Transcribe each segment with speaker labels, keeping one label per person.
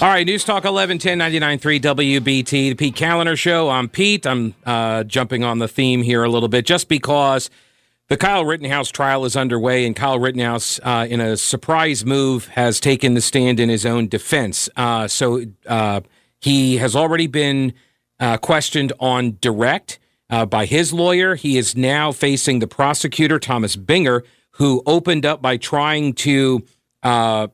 Speaker 1: All right, News Talk 11, 1099.3 WBT, the Pete Callender Show. I'm Pete. I'm uh, jumping on the theme here a little bit just because the Kyle Rittenhouse trial is underway, and Kyle Rittenhouse, uh, in a surprise move, has taken the stand in his own defense. Uh, so he has already been uh, questioned on direct uh, by his lawyer. He is now facing the prosecutor, Thomas Binger, who opened up by trying to uh,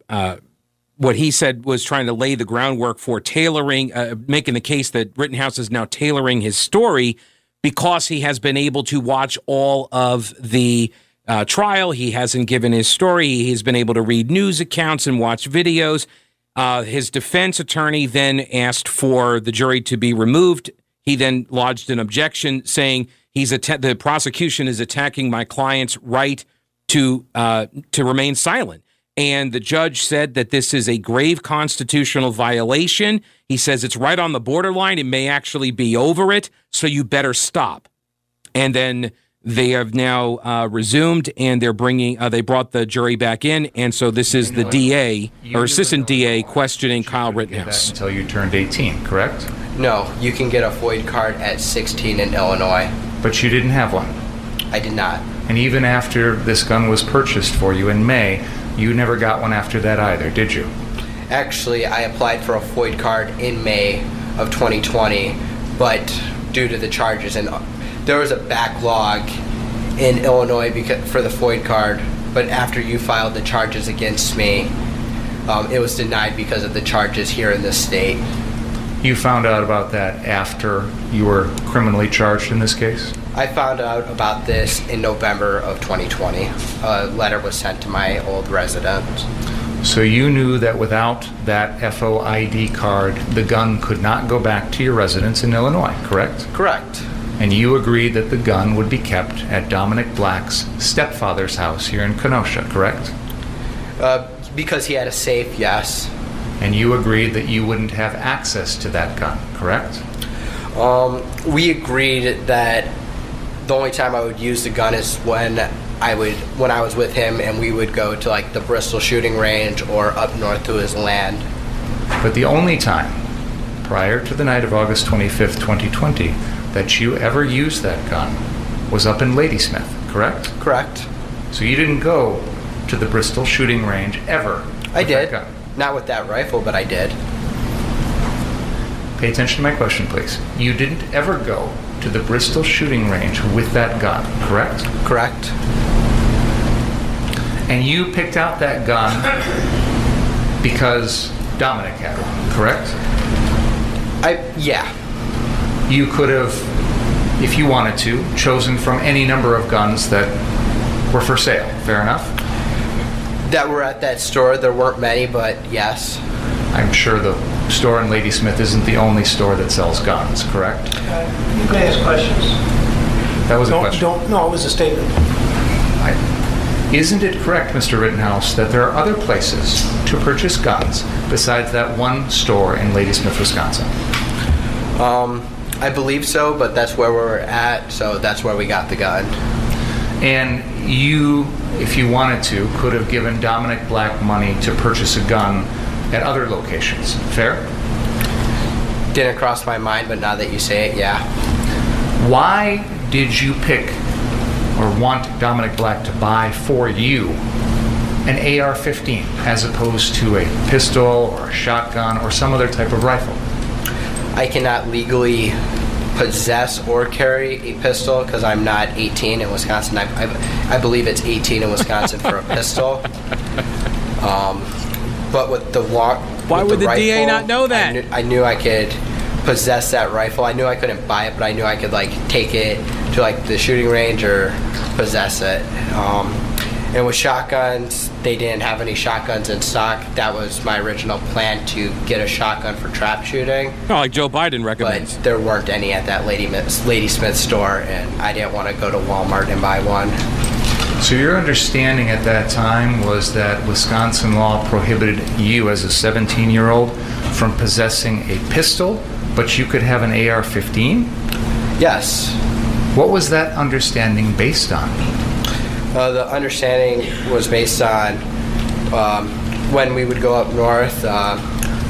Speaker 1: what he said was trying to lay the groundwork for tailoring, uh, making the case that Rittenhouse is now tailoring his story because he has been able to watch all of the uh, trial. He hasn't given his story. He's been able to read news accounts and watch videos. Uh, his defense attorney then asked for the jury to be removed. He then lodged an objection saying he's att- the prosecution is attacking my client's right to uh, to remain silent and the judge said that this is a grave constitutional violation. He says it's right on the borderline. It may actually be over it, so you better stop. And then they have now uh, resumed, and they're bringing. Uh, they brought the jury back in, and so this is the DA or assistant DA questioning Kyle Rittenhouse
Speaker 2: until you turned 18, correct?
Speaker 3: No, you can get a FOID card at 16 in Illinois.
Speaker 2: But you didn't have one.
Speaker 3: I did not.
Speaker 2: And even after this gun was purchased for you in May, you never got one after that either, did you?
Speaker 3: Actually, I applied for a FOID card in May of 2020, but due to the charges and there was a backlog in Illinois because, for the FOID card. But after you filed the charges against me, um, it was denied because of the charges here in this state.
Speaker 2: You found out about that after you were criminally charged in this case?
Speaker 3: I found out about this in November of 2020. A letter was sent to my old residence.
Speaker 2: So you knew that without that FOID card, the gun could not go back to your residence in Illinois, correct?
Speaker 3: Correct.
Speaker 2: And you agreed that the gun would be kept at Dominic Black's stepfather's house here in Kenosha, correct?
Speaker 3: Uh, because he had a safe, yes.
Speaker 2: And you agreed that you wouldn't have access to that gun, correct?
Speaker 3: Um, we agreed that the only time I would use the gun is when I would when I was with him and we would go to like the Bristol shooting range or up north to his land.
Speaker 2: But the only time prior to the night of August 25th, 2020 that you ever used that gun was up in Ladysmith, correct?
Speaker 3: Correct.
Speaker 2: So you didn't go to the Bristol shooting range ever.
Speaker 3: I did. Not with that rifle, but I did.
Speaker 2: Pay attention to my question, please. You didn't ever go to the Bristol shooting range with that gun, correct?
Speaker 3: Correct.
Speaker 2: And you picked out that gun because Dominic had one, correct?
Speaker 3: I yeah.
Speaker 2: You could have if you wanted to chosen from any number of guns that were for sale, fair enough?
Speaker 3: That were at that store, there weren't many, but yes.
Speaker 2: I'm sure the store in Ladysmith isn't the only store that sells guns, correct?
Speaker 4: Uh, you can ask questions.
Speaker 2: That was
Speaker 4: don't,
Speaker 2: a question.
Speaker 4: Don't, no, it was a statement.
Speaker 2: I, isn't it correct, Mr. Rittenhouse, that there are other places to purchase guns besides that one store in Ladysmith, Wisconsin?
Speaker 3: Um, I believe so, but that's where we're at, so that's where we got the gun.
Speaker 2: And you, if you wanted to, could have given Dominic Black money to purchase a gun at other locations. Fair?
Speaker 3: Didn't cross my mind, but now that you say it, yeah.
Speaker 2: Why did you pick or want Dominic Black to buy for you an AR 15 as opposed to a pistol or a shotgun or some other type of rifle?
Speaker 3: I cannot legally possess or carry a pistol because I'm not 18 in Wisconsin. I, I, I believe it's 18 in Wisconsin for a pistol. Um, but with the walk.
Speaker 1: Why
Speaker 3: with
Speaker 1: would the,
Speaker 3: rifle,
Speaker 1: DA not know that?
Speaker 3: I knew, I knew I could possess that rifle. I knew I couldn't buy it, but I knew I could like take it to like the shooting range or possess it. Um, and with shotguns, they didn't have any shotguns in stock. That was my original plan to get a shotgun for trap shooting.
Speaker 1: No, like Joe Biden recommends.
Speaker 3: But there weren't any at that Lady Ladysmith store, and I didn't want to go to Walmart and buy one.
Speaker 2: So your understanding at that time was that Wisconsin law prohibited you as a 17-year-old from possessing a pistol, but you could have an AR-15?
Speaker 3: Yes.
Speaker 2: What was that understanding based on?
Speaker 3: Uh, the understanding was based on um, when we would go up north. Uh,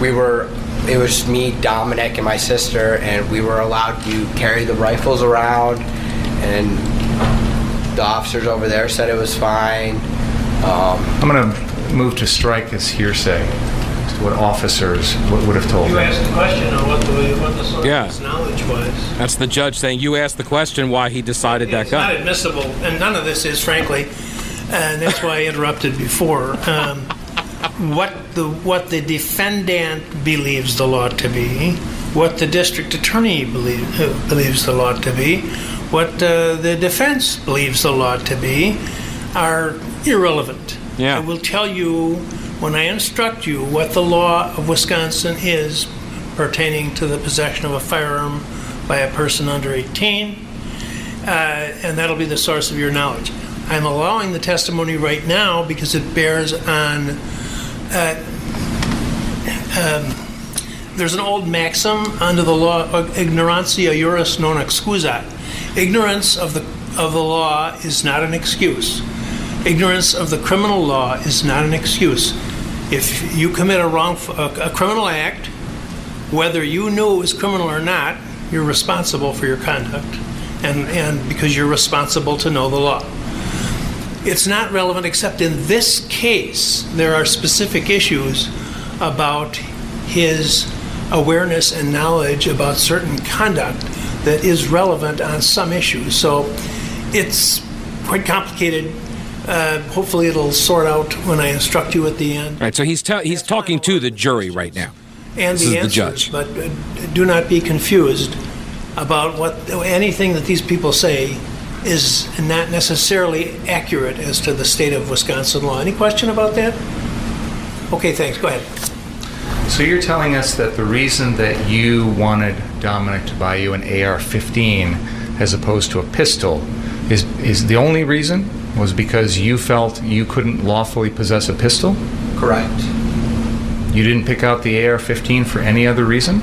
Speaker 3: we were, it was me, Dominic, and my sister, and we were allowed to carry the rifles around, and the officers over there said it was fine. Um,
Speaker 2: I'm going to move to strike as hearsay, as to what officers would would have told
Speaker 4: You
Speaker 2: them.
Speaker 4: asked the question on what the, what the
Speaker 1: Yeah.
Speaker 4: source knowledge was.
Speaker 1: That's the judge saying you asked the question why he decided that
Speaker 4: It's not
Speaker 1: gun.
Speaker 4: admissible, and none of this is, frankly, and that's why I interrupted before. Um, what the what the defendant believes the law to be, what the district attorney believe, uh, believes the law to be, what uh, the defense believes the law to be, are irrelevant.
Speaker 1: Yeah.
Speaker 4: I will tell you when I instruct you what the law of Wisconsin is pertaining to the possession of a firearm by a person under 18 uh, and that'll be the source of your knowledge. I'm allowing the testimony right now because it bears on. Uh, um, there's an old maxim under the law: ignorantia juris non excusa. Ignorance of the of the law is not an excuse. Ignorance of the criminal law is not an excuse. If you commit a wrong a, a criminal act, whether you knew it was criminal or not, you're responsible for your conduct, and, and because you're responsible to know the law. It's not relevant, except in this case, there are specific issues about his awareness and knowledge about certain conduct that is relevant on some issues. So it's quite complicated. Uh, hopefully, it'll sort out when I instruct you at the end.
Speaker 1: All right, so he's tell he's talking to the jury right now.
Speaker 4: and
Speaker 1: This
Speaker 4: the
Speaker 1: is the
Speaker 4: answers,
Speaker 1: judge.
Speaker 4: but uh, do not be confused about what anything that these people say is not necessarily accurate as to the state of Wisconsin law. Any question about that? Okay, thanks. Go ahead.
Speaker 2: So you're telling us that the reason that you wanted Dominic to buy you an AR-15 as opposed to a pistol is is the only reason was because you felt you couldn't lawfully possess a pistol?
Speaker 3: correct.
Speaker 2: You didn't pick out the AR-15 for any other reason?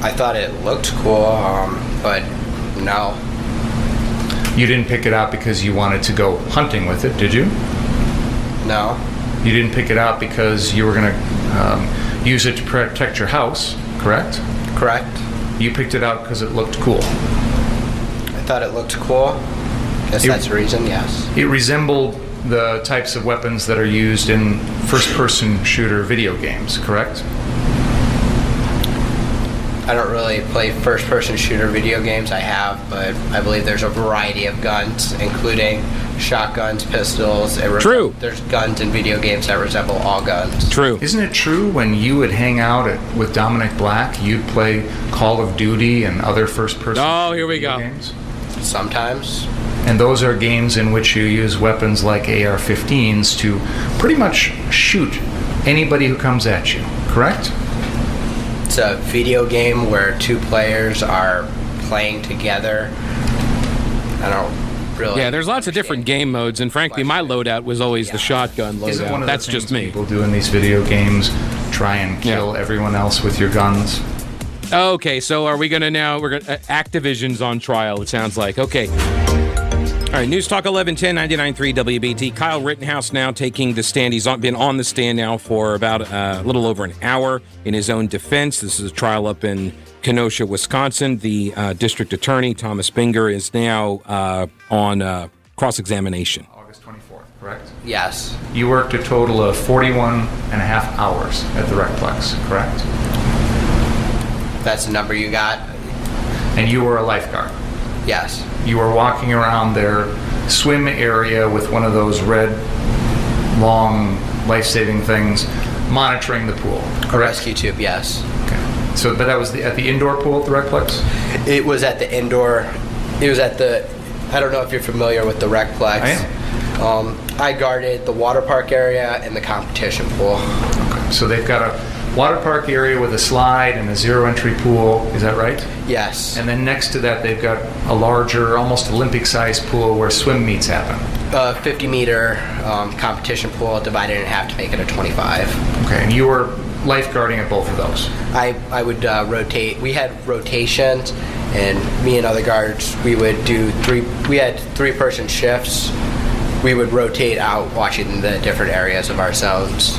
Speaker 3: I thought it looked cool, um, but no.
Speaker 2: You didn't pick it out because you wanted to go hunting with it, did you?
Speaker 3: No.
Speaker 2: You didn't pick it out because you were going to um, use it to protect your house, correct?
Speaker 3: Correct.
Speaker 2: You picked it out because it looked cool.
Speaker 3: I thought it looked cool. Guess
Speaker 2: You-
Speaker 3: that's the reason, yes.
Speaker 2: It resembled the types of weapons that are used in first-person shooter video games, correct?
Speaker 3: I don't really play first person shooter video games. I have, but I believe there's a variety of guns, including shotguns, pistols. It res-
Speaker 1: True.
Speaker 3: There's guns in video games that resemble all guns.
Speaker 1: True.
Speaker 2: Isn't it true when you would hang out at, with Dominic Black, you'd play Call of Duty and other first-person
Speaker 1: Oh, here we
Speaker 2: video
Speaker 1: go.
Speaker 2: games?
Speaker 3: Sometimes.
Speaker 2: And those are games in which you use weapons like AR-15s to pretty much shoot anybody who comes at you, correct?
Speaker 3: It's a video game where two players are playing together. I don't really.
Speaker 1: Yeah, there's lots of different game modes, and frankly, my loadout was always the shotgun
Speaker 2: Isn't one
Speaker 1: loadout.
Speaker 2: of the
Speaker 1: That's
Speaker 2: things
Speaker 1: just me.
Speaker 2: People do in these video games try and
Speaker 1: Yeah.
Speaker 2: kill everyone else with your guns.
Speaker 1: Okay, so are we going to now? We're going to Activision's on trial. It sounds like okay. All right, News Talk 1110 993 WBT. Kyle Rittenhouse now taking the stand. He's on, been on the stand now for about uh, a little over an hour in his own defense. This is a trial up in Kenosha, Wisconsin. The uh, district attorney, Thomas Binger, is now uh, on uh, cross examination.
Speaker 2: August 24th, correct?
Speaker 3: Yes.
Speaker 2: You worked a total of 41 and a half hours at the Recplex, correct?
Speaker 3: That's the number you got?
Speaker 2: And you were a lifeguard.
Speaker 3: Yes.
Speaker 2: You were walking around their swim area with one of those red, long life-saving things, monitoring the pool,
Speaker 3: A
Speaker 2: correct?
Speaker 3: rescue tube, yes.
Speaker 2: Okay. So, but that was the, at the indoor pool at the Recplex?
Speaker 3: It was at the indoor. It was at the. I don't know if you're familiar with the Recplex.
Speaker 2: I
Speaker 3: Um, I guarded the water park area and the competition pool.
Speaker 2: So they've got a water park area with a slide and a zero-entry pool, is that right?
Speaker 3: Yes.
Speaker 2: And then next to that, they've got a larger, almost Olympic-sized pool where swim meets happen.
Speaker 3: A 50 meter um, competition pool divided in half to make it a 25.
Speaker 2: Okay, and you were lifeguarding at both of those.
Speaker 3: I, I would uh, rotate. We had rotations, and me and other guards, we would do three. We had three person shifts. We would rotate out watching the different areas of our zones.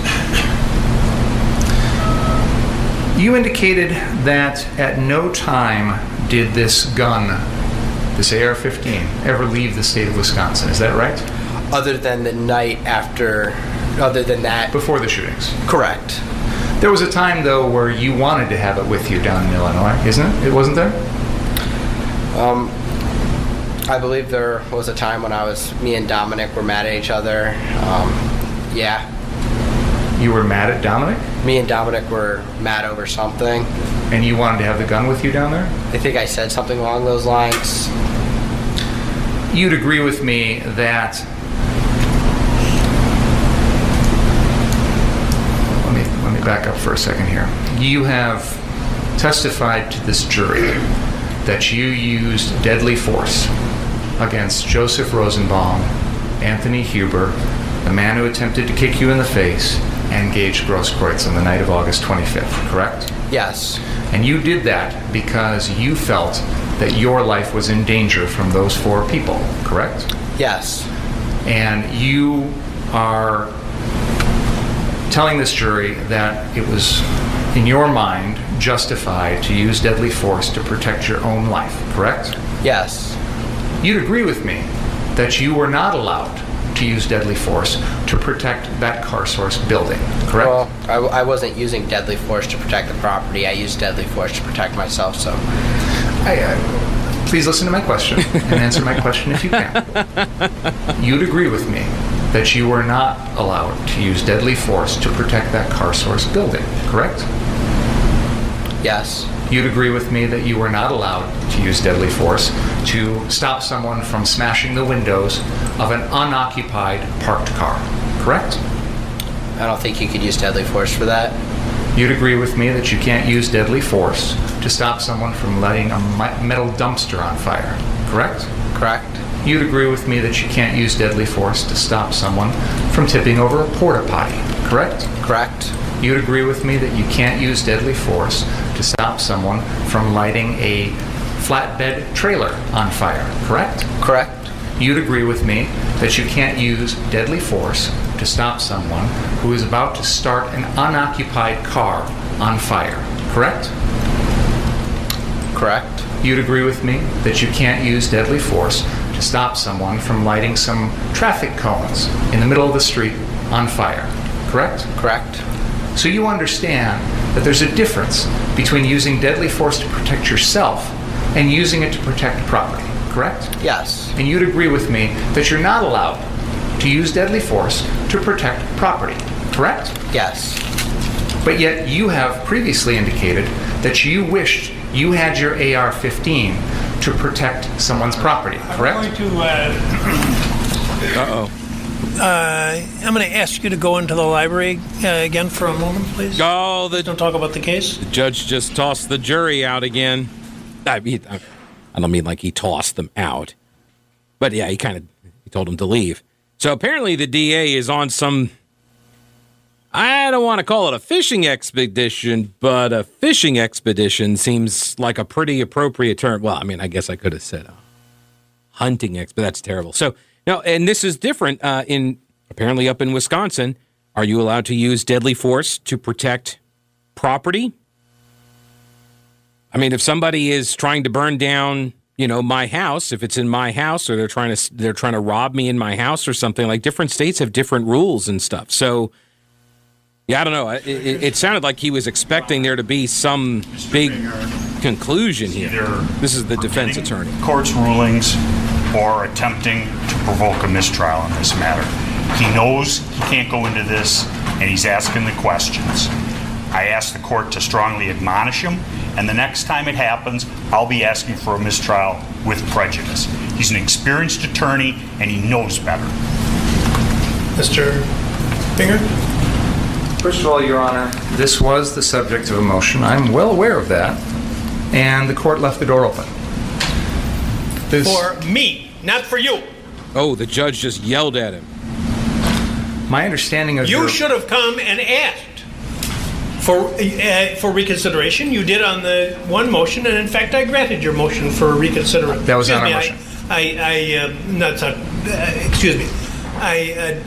Speaker 2: You indicated that at no time did this gun, this AR-15, ever leave the state of Wisconsin. Is that right?
Speaker 3: Other than the night after, other than that,
Speaker 2: Before the shootings.
Speaker 3: correct.
Speaker 2: There was a time though where you wanted to have it with you down in Illinois, isn't it? It wasn't there.
Speaker 3: I believe there was a time when I was, me and Dominic were mad at each other. Um, yeah,
Speaker 2: You were mad at Dominic,
Speaker 3: me and Dominic were mad over something.
Speaker 2: and you wanted to have the gun with you down there.
Speaker 3: I think I said something along those lines.
Speaker 2: You'd agree with me that. Let me let me back up for a second here. You have testified to this jury that you used deadly force against Joseph Rosenbaum, Anthony Huber, the man who attempted to kick you in the face, and Gage Grosskreutz on the night of August 25th. Correct.
Speaker 3: Yes,
Speaker 2: And you did that because you felt that your life was in danger from those four people, correct?
Speaker 3: yes,
Speaker 2: And you are telling this jury that it was, in your mind, justified to use deadly force to protect your own life, correct?
Speaker 3: yes,
Speaker 2: You'd agree with me that you were not allowed to use deadly force to protect that car source building, correct?
Speaker 3: Well, I, I wasn't using deadly force to protect the property. I used deadly force to protect myself. So,
Speaker 2: I, I, uh, please listen to my question and answer my question if you can. You'd agree with me that you were not allowed to use deadly force to protect that car source building, correct?
Speaker 3: yes,
Speaker 2: You'd agree with me that you were not allowed to use deadly force to stop someone from smashing the windows of an unoccupied parked car, correct?
Speaker 3: I don't think you could use deadly force for that.
Speaker 2: You'd agree with me that you can't use deadly force to stop someone from lighting a mi- metal dumpster on fire, correct?
Speaker 3: Correct?
Speaker 2: You'd agree with me that you can't use deadly force to stop someone from tipping over a porta potty, correct?
Speaker 3: Correct?
Speaker 2: You'd agree with me that you can't use deadly force to stop someone from lighting a flatbed trailer on fire, correct?
Speaker 3: Correct?
Speaker 2: You'd agree with me that you can't use deadly force to stop someone who is about to start an unoccupied car on fire, correct?
Speaker 3: Correct?
Speaker 2: You'd agree with me that you can't use deadly force to stop someone from lighting some traffic cones in the middle of the street on fire, correct?
Speaker 3: Correct?
Speaker 2: So you understand that there's a difference between using deadly force to protect yourself and using it to protect property, correct?
Speaker 3: Yes,
Speaker 2: And you'd agree with me that you're not allowed to use deadly force to protect property, correct?
Speaker 3: yes,
Speaker 2: But yet you have previously indicated that you wished you had your AR-15 to protect someone's property,
Speaker 4: I'm
Speaker 2: correct?
Speaker 4: going to, uh, uh, I'm going to ask you to go into the library uh, again for a moment, please.
Speaker 1: Oh, the
Speaker 4: Don't talk about the case.
Speaker 1: judge just tossed the jury out again. I mean, I- I don't mean like he tossed them out, but yeah, he kind of he told them to leave. So apparently, the DA is on some. I don't want to call it a fishing expedition, but a fishing expedition seems like a pretty appropriate term. Well, I mean, I guess I could have said a hunting ex, but that's terrible. So no, and this is different uh, in apparently up in Wisconsin. Are you allowed to use deadly force to protect property? I mean, if somebody is trying to burn down, you know, my house, if it's in my house, or they're trying to they're trying to rob me in my house or something, like different states have different rules and stuff. So, yeah, I don't know. It, it, it sounded like he was expecting there to be some big conclusion here.
Speaker 5: either
Speaker 1: This is the defense
Speaker 5: forgetting
Speaker 1: attorney.
Speaker 5: Court's rulings or attempting to provoke a mistrial in this matter. He knows he can't go into this and he's asking the questions. I asked the court to strongly admonish him, and the next time it happens, I'll be asking for a mistrial with prejudice. He's an experienced attorney and he knows better.
Speaker 4: Mr. Binger?
Speaker 2: First of all, Your Honor, this was the subject of a motion. I'm well aware of that. And the court left the door open. This-
Speaker 4: For me, not for you.
Speaker 1: Oh, the judge just yelled at him.
Speaker 2: my understanding of
Speaker 4: You
Speaker 2: your-
Speaker 4: should have come and asked for uh, for reconsideration. You did on the one motion, and in fact, I granted your motion for reconsideration.
Speaker 2: That was not our motion.
Speaker 4: um, I, I, I uh, not, not, uh, excuse me. I uh,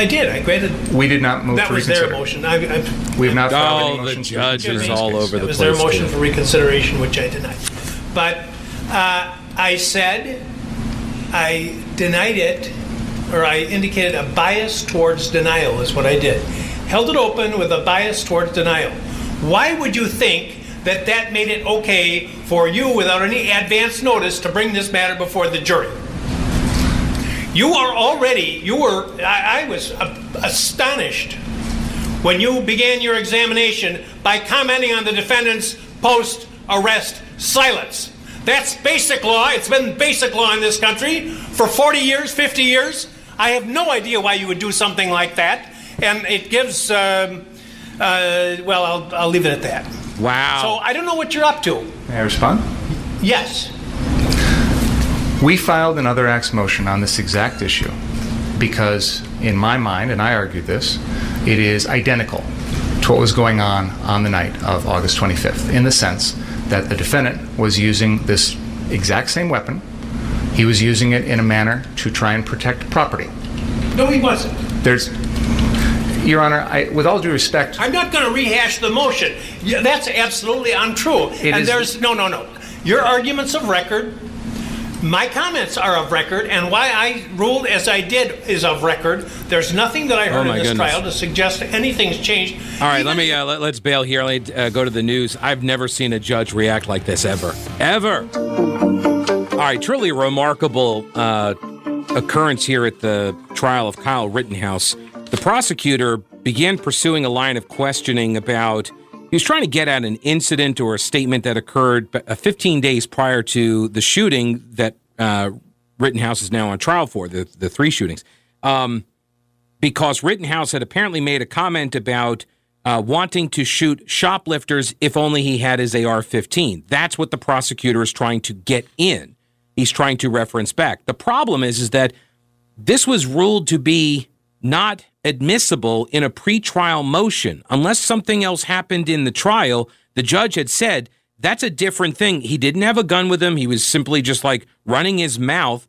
Speaker 4: I did, I granted,
Speaker 2: We did not move
Speaker 4: that
Speaker 2: to
Speaker 4: was their
Speaker 2: reconsider.
Speaker 4: motion. I, I,
Speaker 2: We have not filed any
Speaker 1: Oh, the
Speaker 2: motions. to
Speaker 1: judge
Speaker 2: reconsider
Speaker 1: is
Speaker 2: this
Speaker 1: all
Speaker 2: case.
Speaker 1: over the
Speaker 4: It
Speaker 1: place.
Speaker 4: was their motion
Speaker 1: today.
Speaker 4: for reconsideration, which I denied. But uh, I said, I denied it, or I indicated a bias towards denial is what I did. Held it open with a bias towards denial. Why would you think that that made it okay for you without any advance notice to bring this matter before the jury? You are already, you were, I, I was a- astonished when you began your examination by commenting on the defendant's post arrest silence. That's basic law. It's been basic law in this country for 40 years, 50 years. I have no idea why you would do something like that. And it gives, um, uh, well, I'll, I'll leave it at that.
Speaker 1: Wow.
Speaker 4: So I don't know what you're up to.
Speaker 2: May I respond?
Speaker 4: Yes.
Speaker 2: We filed another acts motion on this exact issue because, in my mind, and I argued this, it is identical to what was going on on the night of August 25th in the sense that the defendant was using this exact same weapon. He was using it in a manner to try and protect property.
Speaker 4: No, he wasn't.
Speaker 2: There's, Your Honor, I, with all due respect,
Speaker 4: I'm not going to rehash the motion. Yeah, That's absolutely untrue. and
Speaker 2: is-
Speaker 4: there's no, no, no. Your arguments of record, my comments are of record, and why I ruled as I did is of record. There's nothing that I heard
Speaker 1: Oh my
Speaker 4: in this
Speaker 1: goodness.
Speaker 4: trial to suggest anything's changed.
Speaker 1: All right, let me uh, let, let's bail here. Let me uh, go to the news. I've never seen a judge react like this ever, ever. All right, truly remarkable uh, occurrence here at the trial of Kyle Rittenhouse. The prosecutor began pursuing a line of questioning about he was trying to get at an incident or a statement that occurred b- uh, 15 days prior to the shooting that uh, Rittenhouse is now on trial for the the three shootings because Rittenhouse had apparently made a comment about uh, wanting to shoot shoplifters if only he had his AR 15. That's what the prosecutor is trying to get in. He's trying to reference back. The problem is, is that this was ruled to be not admissible in a pretrial motion unless something else happened in the trial. The judge had said that's a different thing. He didn't have a gun with him. He was simply just like running his mouth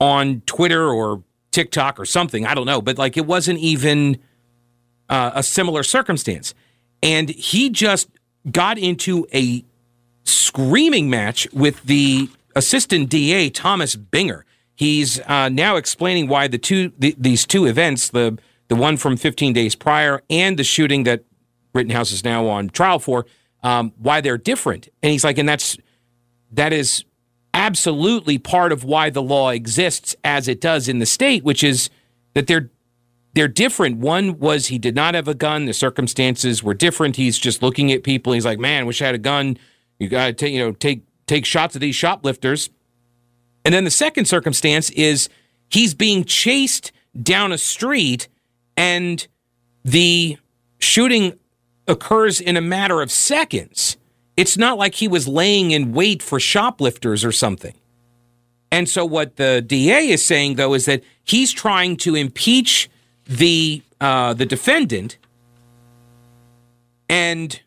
Speaker 1: on Twitter or TikTok or something. I don't know, but like it wasn't even uh, a similar circumstance. And he just got into a screaming match with the assistant DA Thomas Binger. He's uh, now explaining why the two th- these two events the the one from 15 days prior and the shooting that Rittenhouse is now on trial for um, why they're different. And he's like, and that's that is absolutely part of why the law exists as it does in the state, which is that they're they're different. One was he did not have a gun. The circumstances were different. He's just looking at people. He's like, man, wish I had a gun. You gotta take, you know, take take shots at these shoplifters. And then the second circumstance is he's being chased down a street and the shooting occurs in a matter of seconds. It's not like he was laying in wait for shoplifters or something. And so what the DA is saying though is that he's trying to impeach the uh, the defendant, and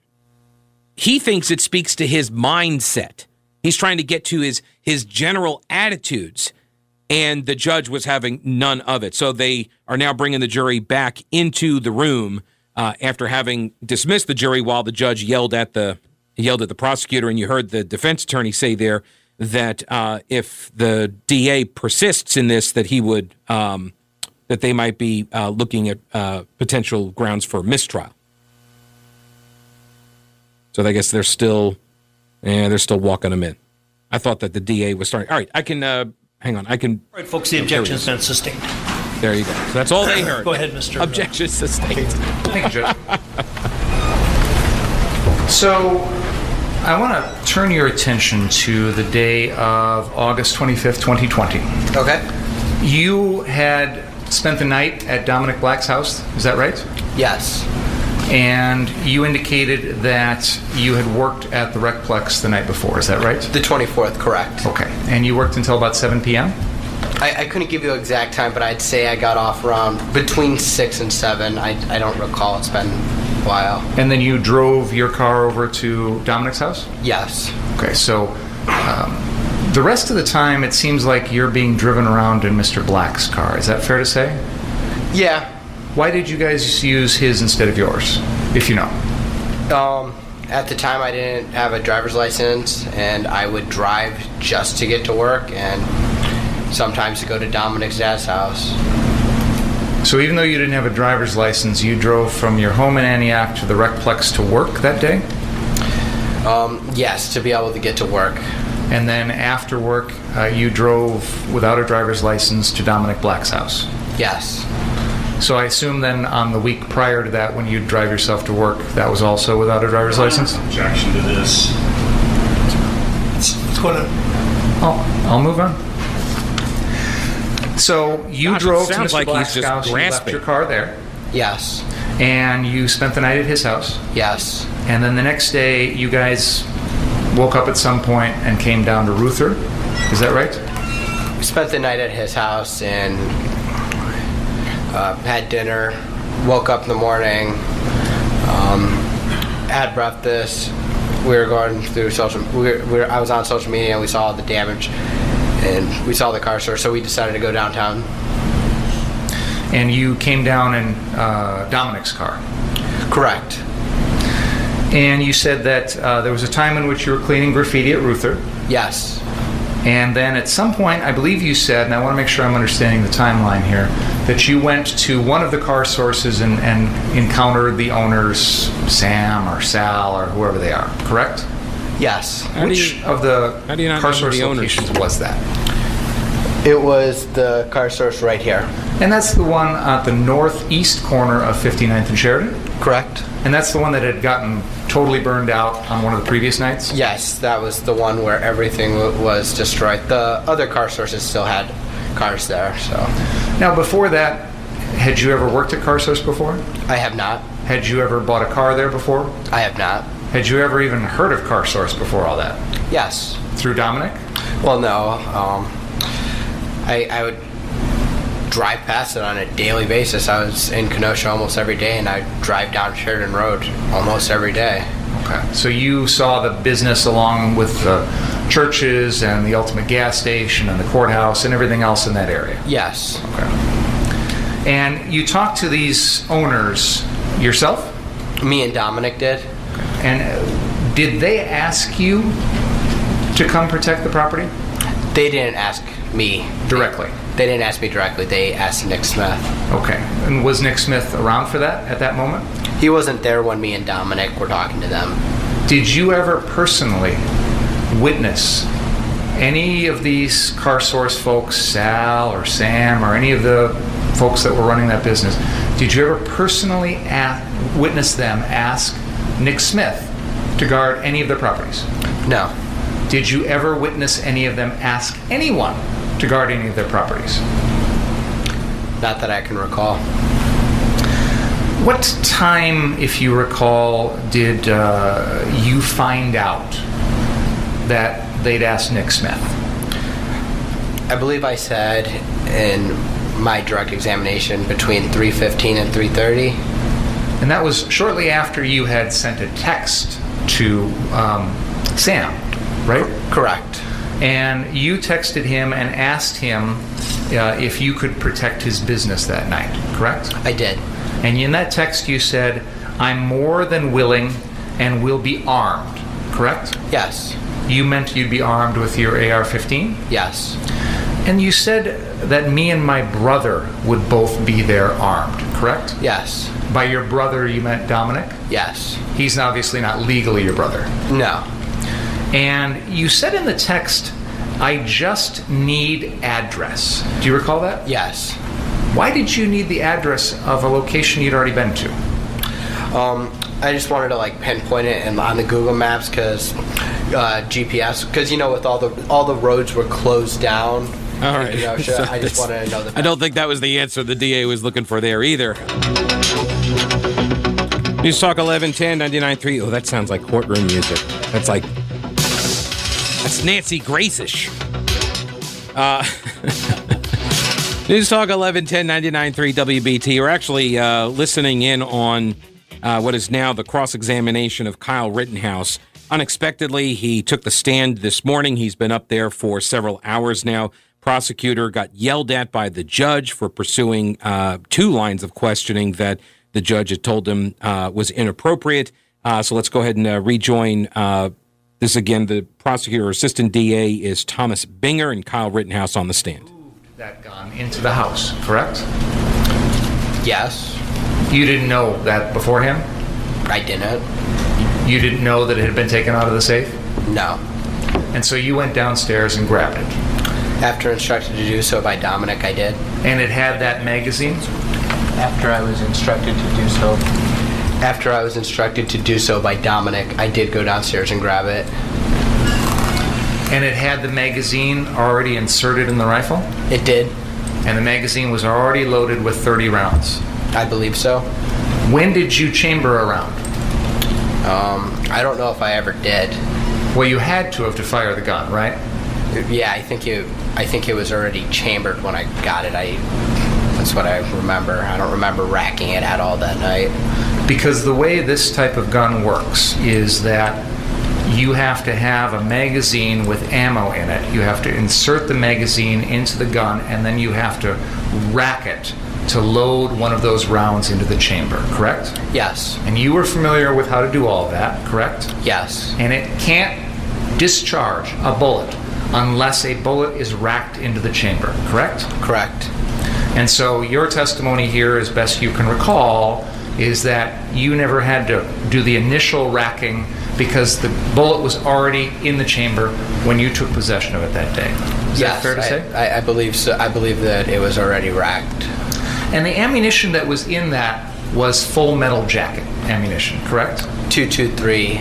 Speaker 1: he thinks it speaks to his mindset. He's trying to get to his his general attitudes, and the judge was having none of it. So they are now bringing the jury back into the room uh, after having dismissed the jury while the judge yelled at the yelled at the prosecutor, and you heard the defense attorney say there that uh, if the DA persists in this, that he would um, that they might be uh, looking at uh, potential grounds for mistrial. So I guess they're still, yeah, they're still walking them in. I thought that the DA was starting. All right, I can uh, hang on. I can.
Speaker 4: All right, folks, the objection's been sustained.
Speaker 1: There you go. So that's all they heard.
Speaker 4: Go ahead, Mr.
Speaker 1: Objection sustained.
Speaker 2: Thank you, Judge. So, I want to turn your attention to the day of August 25th, 2020.
Speaker 3: Okay.
Speaker 2: You had spent the night at Dominic Black's house, is that right?
Speaker 3: Yes.
Speaker 2: And you indicated that you had worked at the Recplex the night before, is that right?
Speaker 3: The 24th, correct.
Speaker 2: Okay. And you worked until about 7 p.m.?
Speaker 3: I, I couldn't give you the exact time, but I'd say I got off around between 6 and 7. I, I don't recall. It's been a while.
Speaker 2: And then you drove your car over to Dominic's house?
Speaker 3: Yes.
Speaker 2: Okay, so um, the rest of the time, it seems like you're being driven around in Mr. Black's car. Is that fair to say?
Speaker 3: Yeah.
Speaker 2: Why did you guys use his instead of yours, if you know?
Speaker 3: Um, at the time, I didn't have a driver's license, and I would drive just to get to work, and sometimes to go to Dominic's dad's house.
Speaker 2: So even though you didn't have a driver's license, you drove from your home in Antioch to the Recplex to work that day?
Speaker 3: Um, yes, to be able to get to work.
Speaker 2: And then after work, uh, you drove without a driver's license to Dominic Black's house?
Speaker 3: Yes,
Speaker 2: So I assume then on the week prior to that, when you'd drive yourself to work, that was also without a driver's license?
Speaker 5: Objection to this.
Speaker 4: It's going to,
Speaker 2: Oh, I'll move on. So you
Speaker 1: Gosh, it
Speaker 2: drove to
Speaker 1: sounds
Speaker 2: Mr.
Speaker 1: like he's
Speaker 2: Black's
Speaker 1: just
Speaker 2: house, you left
Speaker 1: grasping.
Speaker 2: your car there,
Speaker 3: yes,
Speaker 2: and you spent the night at his house.
Speaker 3: yes,
Speaker 2: And then the next day, you guys woke up at some point and came down to Ruther. Is that right?
Speaker 3: spent the night at his house and uh, had dinner. Woke up in the morning, um, had breakfast. We were going through social. We were, we were, I was on social media and we saw the damage, and we saw the car store. So we decided to go downtown.
Speaker 2: And you came down in uh, Dominic's car.
Speaker 3: Correct.
Speaker 2: And you said that uh, there was a time in which you were cleaning graffiti at Ruther.
Speaker 3: Yes.
Speaker 2: And then at some point, I believe you said, and I want to make sure I'm understanding the timeline here, that you went to one of the car sources and, and encountered the owners, Sam or Sal or whoever they are, correct?
Speaker 3: Yes.
Speaker 1: How do
Speaker 2: Which
Speaker 1: you-
Speaker 2: of the
Speaker 1: how do you not
Speaker 2: car
Speaker 1: know
Speaker 2: source
Speaker 1: the owners?
Speaker 2: locations was that?
Speaker 3: It was the car source right here.
Speaker 2: And that's the one at the northeast corner of 59th and Sheridan.
Speaker 3: Correct.
Speaker 2: And that's the one that had gotten totally burned out on one of the previous nights.
Speaker 3: Yes, that was the one where everything w- was destroyed. The other car sources still had cars there, so
Speaker 2: Now, before that, had you ever worked at Carsos before?
Speaker 3: I have not.
Speaker 2: Had you ever bought a car there before?
Speaker 3: I have not.
Speaker 2: Had you ever even heard of CarSource before all that?
Speaker 3: Yes.
Speaker 2: Through Dominic?
Speaker 3: Well, no. Um, I, I would drive past it on a daily basis. I was in Kenosha almost every day, and I drive down Sheridan Road almost every day.
Speaker 2: Okay. So you saw the business along with the churches and the ultimate gas station and the courthouse and everything else in that area?
Speaker 3: Yes.
Speaker 2: Okay. And you talked to these owners yourself?
Speaker 3: Me and Dominic did.
Speaker 2: And uh, did they ask you to come protect the property
Speaker 3: They didn't ask me.
Speaker 2: directly?
Speaker 3: They didn't ask me directly. They asked Nick Smith.
Speaker 2: Okay. And was Nick Smith around for that at that moment?
Speaker 3: He wasn't there when me and Dominic were talking to them.
Speaker 2: Did you ever personally witness any of these car source folks, Sal or Sam or any of the folks that were running that business? Did you ever personally a- witness them ask Nick Smith to guard any of their properties?
Speaker 3: No.
Speaker 2: Did you ever witness any of them ask anyone to guard any of their properties?
Speaker 3: Not that I can recall.
Speaker 2: What time, if you recall, did uh, you find out that they'd asked Nick Smith?
Speaker 3: I believe I said in my direct examination between 3:15 and 3:30.
Speaker 2: And that was shortly after you had sent a text to um, Sam, right?
Speaker 3: Correct.
Speaker 2: And you texted him and asked him uh, if you could protect his business that night, correct?
Speaker 3: I did.
Speaker 2: And in that text, you said, I'm more than willing and will be armed, correct?
Speaker 3: Yes.
Speaker 2: You meant you'd be armed with your AR 15?
Speaker 3: Yes.
Speaker 2: And you said that me and my brother would both be there armed, correct?
Speaker 3: Yes.
Speaker 2: By your brother, you meant Dominic?
Speaker 3: Yes.
Speaker 2: He's obviously not legally your brother.
Speaker 3: No.
Speaker 2: And you said in the text, I just need address. Do you recall that?
Speaker 3: Yes.
Speaker 2: Why did you need the address of a location you'd already been to?
Speaker 3: Um, I just wanted to like pinpoint it and on the Google Maps because uh, GPS because you know with all the all the roads were closed down.
Speaker 1: All right.
Speaker 3: You know,
Speaker 1: So
Speaker 3: I just
Speaker 1: that's-
Speaker 3: wanted to know the.
Speaker 1: I don't think that was the answer the DA was looking for there either. News Talk 1110 993. Oh, that sounds like courtroom music. That's like. That's Nancy Gracish. Uh, News Talk 1110 993 WBT. We're actually uh, listening in on uh, what is now the cross examination of Kyle Rittenhouse. Unexpectedly, he took the stand this morning. He's been up there for several hours now. prosecutor got yelled at by the judge for pursuing uh, two lines of questioning that the judge had told him uh, was inappropriate. Uh, so let's go ahead and uh, rejoin uh, this again. The prosecutor assistant DA is Thomas Binger and Kyle Rittenhouse on the stand.
Speaker 2: That gun into the house, correct?
Speaker 3: Yes,
Speaker 2: You didn't know that beforehand?
Speaker 3: I didn't.
Speaker 2: You didn't know that it had been taken out of the safe?
Speaker 3: No.
Speaker 2: And so you went downstairs and grabbed it.
Speaker 3: After instructed to do so by Dominic, I did.
Speaker 2: And it had that magazine?
Speaker 3: After I was instructed to do so. After I was instructed to do so by Dominic, I did go downstairs and grab it.
Speaker 2: And it had the magazine already inserted in the rifle?
Speaker 3: It did.
Speaker 2: And the magazine was already loaded with 30 rounds.
Speaker 3: I believe so.
Speaker 2: When did you chamber a round?
Speaker 3: Um, I don't know if I ever did.
Speaker 2: Well, you had to have to fire the gun, right?
Speaker 3: Yeah, I think it. I think it was already chambered when I got it. I. That's what I remember. I don't remember racking it at all that night.
Speaker 2: Because the way this type of gun works is that you have to have a magazine with ammo in it. You have to insert the magazine into the gun, and then you have to rack it to load one of those rounds into the chamber, correct?
Speaker 3: Yes.
Speaker 2: And you were familiar with how to do all of that, correct?
Speaker 3: Yes.
Speaker 2: And it can't discharge a bullet unless a bullet is racked into the chamber, correct?
Speaker 3: Correct.
Speaker 2: And so your testimony here, as best you can recall, is that you never had to do the initial racking because the bullet was already in the chamber when you took possession of it that day. Is
Speaker 3: yes.
Speaker 2: that fair to
Speaker 3: I,
Speaker 2: say?
Speaker 3: I, I believe so. I believe that it was already racked. uh,
Speaker 2: and the ammunition that was in that was full metal jacket ammunition, correct?
Speaker 3: Two two three,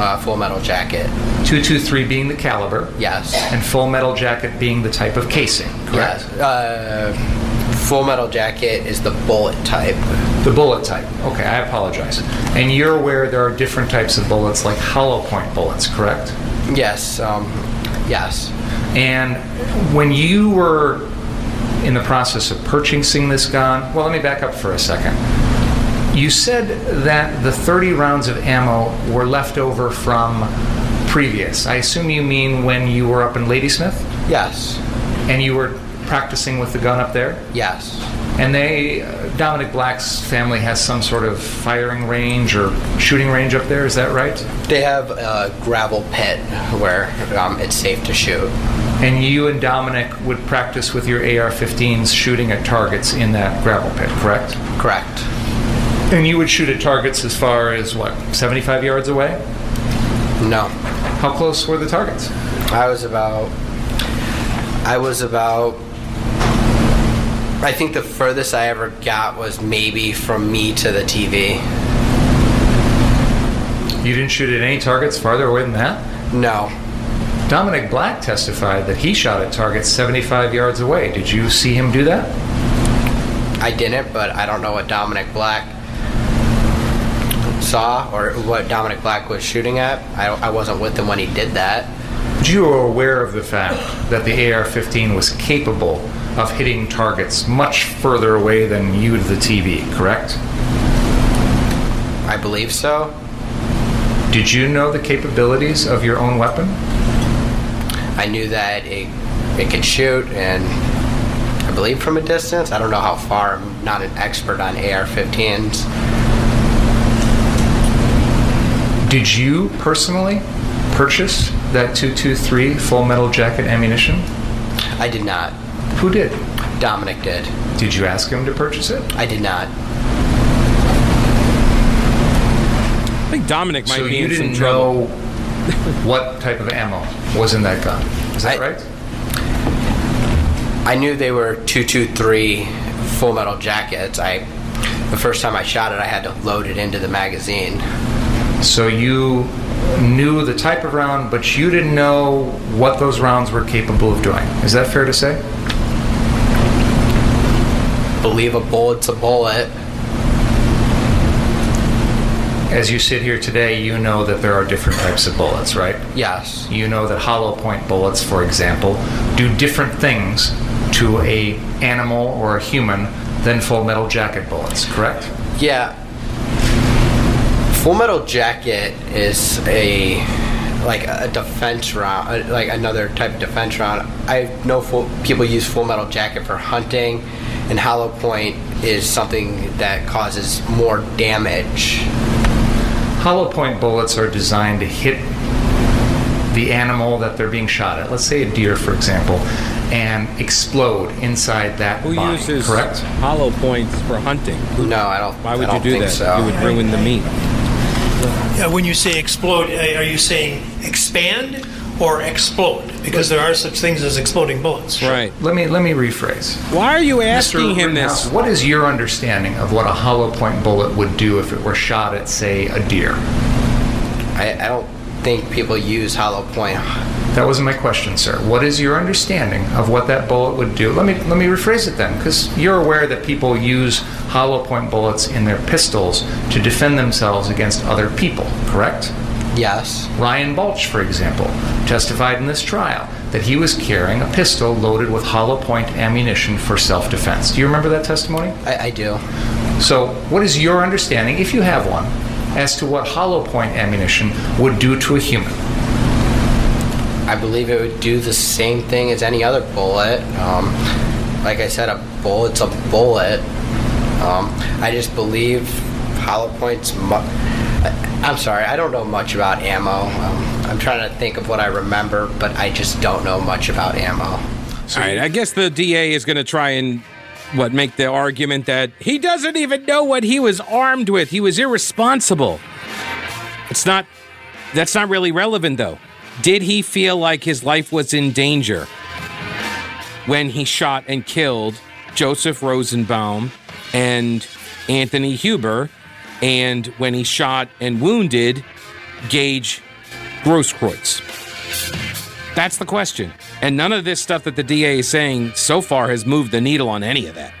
Speaker 3: uh, Full Metal Jacket.
Speaker 2: 223 being the caliber.
Speaker 3: Yes.
Speaker 2: And full metal jacket being the type of casing, correct?
Speaker 3: Yes. Uh, full Metal Jacket is the bullet type.
Speaker 2: The bullet type. Okay, I apologize. And you're aware there are different types of bullets, like hollow point bullets, correct?
Speaker 3: Yes. Um, yes.
Speaker 2: And when you were in the process of purchasing this gun, well, let me back up for a second. You said that the 30 rounds of ammo were left over from previous. I assume you mean when you were up in Ladysmith
Speaker 3: Yes.
Speaker 2: and you were practicing with the gun up there?
Speaker 3: Yes.
Speaker 2: And they, uh, Dominic Black's family has some sort of firing range or shooting range up there, is that right?
Speaker 3: They have a gravel pit where um, it's safe to shoot.
Speaker 2: And you and Dominic would practice with your AR 15s shooting at targets in that gravel pit, correct?
Speaker 3: Correct.
Speaker 2: And you would shoot at targets as far as what, 75 yards away?
Speaker 3: No,
Speaker 2: How close were the targets?
Speaker 3: I was about. I was about. I think the furthest I ever got was maybe from me to the TV.
Speaker 2: You didn't shoot at any targets farther away than that?
Speaker 3: No,
Speaker 2: Dominic Black testified that he shot at targets 75 yards away. Did you see him do that?
Speaker 3: I didn't. But I don't know what Dominic Black saw or what Dominic Black was shooting at. I, I wasn't with him when he did that.
Speaker 2: But you were aware of the fact that the AR 15 was capable of hitting targets much further away than you to the TV, correct?
Speaker 3: I believe so.
Speaker 2: Did you know the capabilities of your own weapon?
Speaker 3: I knew that it it could shoot and I believe from a distance. I don't know how far. I'm not an expert on AR-15s.
Speaker 2: Did you personally purchase that 223 full metal jacket ammunition?
Speaker 3: I did not.
Speaker 2: Who did?
Speaker 3: Dominic did.
Speaker 2: Did you ask him to purchase it?
Speaker 3: I did not.
Speaker 1: I think Dominic might
Speaker 2: so
Speaker 1: be
Speaker 2: you
Speaker 1: in
Speaker 2: didn't
Speaker 1: some trouble.
Speaker 2: know what type of ammo was in that gun. Is that
Speaker 3: I-
Speaker 2: right?
Speaker 3: I knew they were 223 full metal jackets. I the first time I shot it, I had to load it into the magazine.
Speaker 2: So you knew the type of round, but you didn't know what those rounds were capable of doing. Is that fair to say?
Speaker 3: Believe a bullet's a bullet.
Speaker 2: As you sit here today, you know that there are different types of bullets, right?
Speaker 3: Yes.
Speaker 2: You know that hollow point bullets, for example, do different things to a animal or a human than full metal jacket bullets, correct?
Speaker 3: Yeah. Full Metal Jacket is a like a defense round, uh, like another type of defense round. I know full, people use full metal jacket for hunting, and hollow point is something that causes more damage.
Speaker 2: Hollow point bullets are designed to hit the animal that they're being shot at. Let's say a deer, for example, and explode inside that
Speaker 1: Who
Speaker 2: body.
Speaker 1: uses
Speaker 2: correct?
Speaker 1: hollow points for hunting?
Speaker 3: No, I don't.
Speaker 1: Why
Speaker 3: I
Speaker 1: would you
Speaker 3: don't
Speaker 1: do
Speaker 3: think
Speaker 1: that?
Speaker 3: So.
Speaker 1: You would ruin the meat.
Speaker 4: Uh, When you say explode, uh, are you saying expand or explode? Because there are such things as exploding bullets.
Speaker 1: Right.
Speaker 2: Let me let me rephrase.
Speaker 1: Why are you
Speaker 2: Mr.
Speaker 1: asking him
Speaker 2: Rittenhouse,
Speaker 1: this?
Speaker 2: What is your understanding of what a hollow point bullet would do if it were shot at, say, a deer?
Speaker 3: I, I don't think people use hollow point.
Speaker 2: That wasn't my question, sir. What is your understanding of what that bullet would do? Let me let me rephrase it then, because you're aware that people use hollow point bullets in their pistols to defend themselves against other people, correct?
Speaker 3: Yes.
Speaker 2: Ryan Balch, for example, testified in this trial that he was carrying a pistol loaded with hollow point ammunition for self-defense. Do you remember that testimony?
Speaker 3: I, I do.
Speaker 2: So, what is your understanding, if you have one, as to what hollow point ammunition would do to a human?
Speaker 3: I believe it would do the same thing as any other bullet. Um, like I said, a bullet's a bullet. Um, I just believe hollow points. Mu- I- I'm sorry, I don't know much about ammo. Um, I'm trying to think of what I remember, but I just don't know much about ammo.
Speaker 1: All right. I guess the DA is going to try and what make the argument that he doesn't even know what he was armed with. He was irresponsible. It's not. That's not really relevant, though. Did he feel like his life was in danger when he shot and killed Joseph Rosenbaum and Anthony Huber, and when he shot and wounded Gage Grosskreutz? That's the question. And none of this stuff that the DA is saying so far has moved the needle on any of that.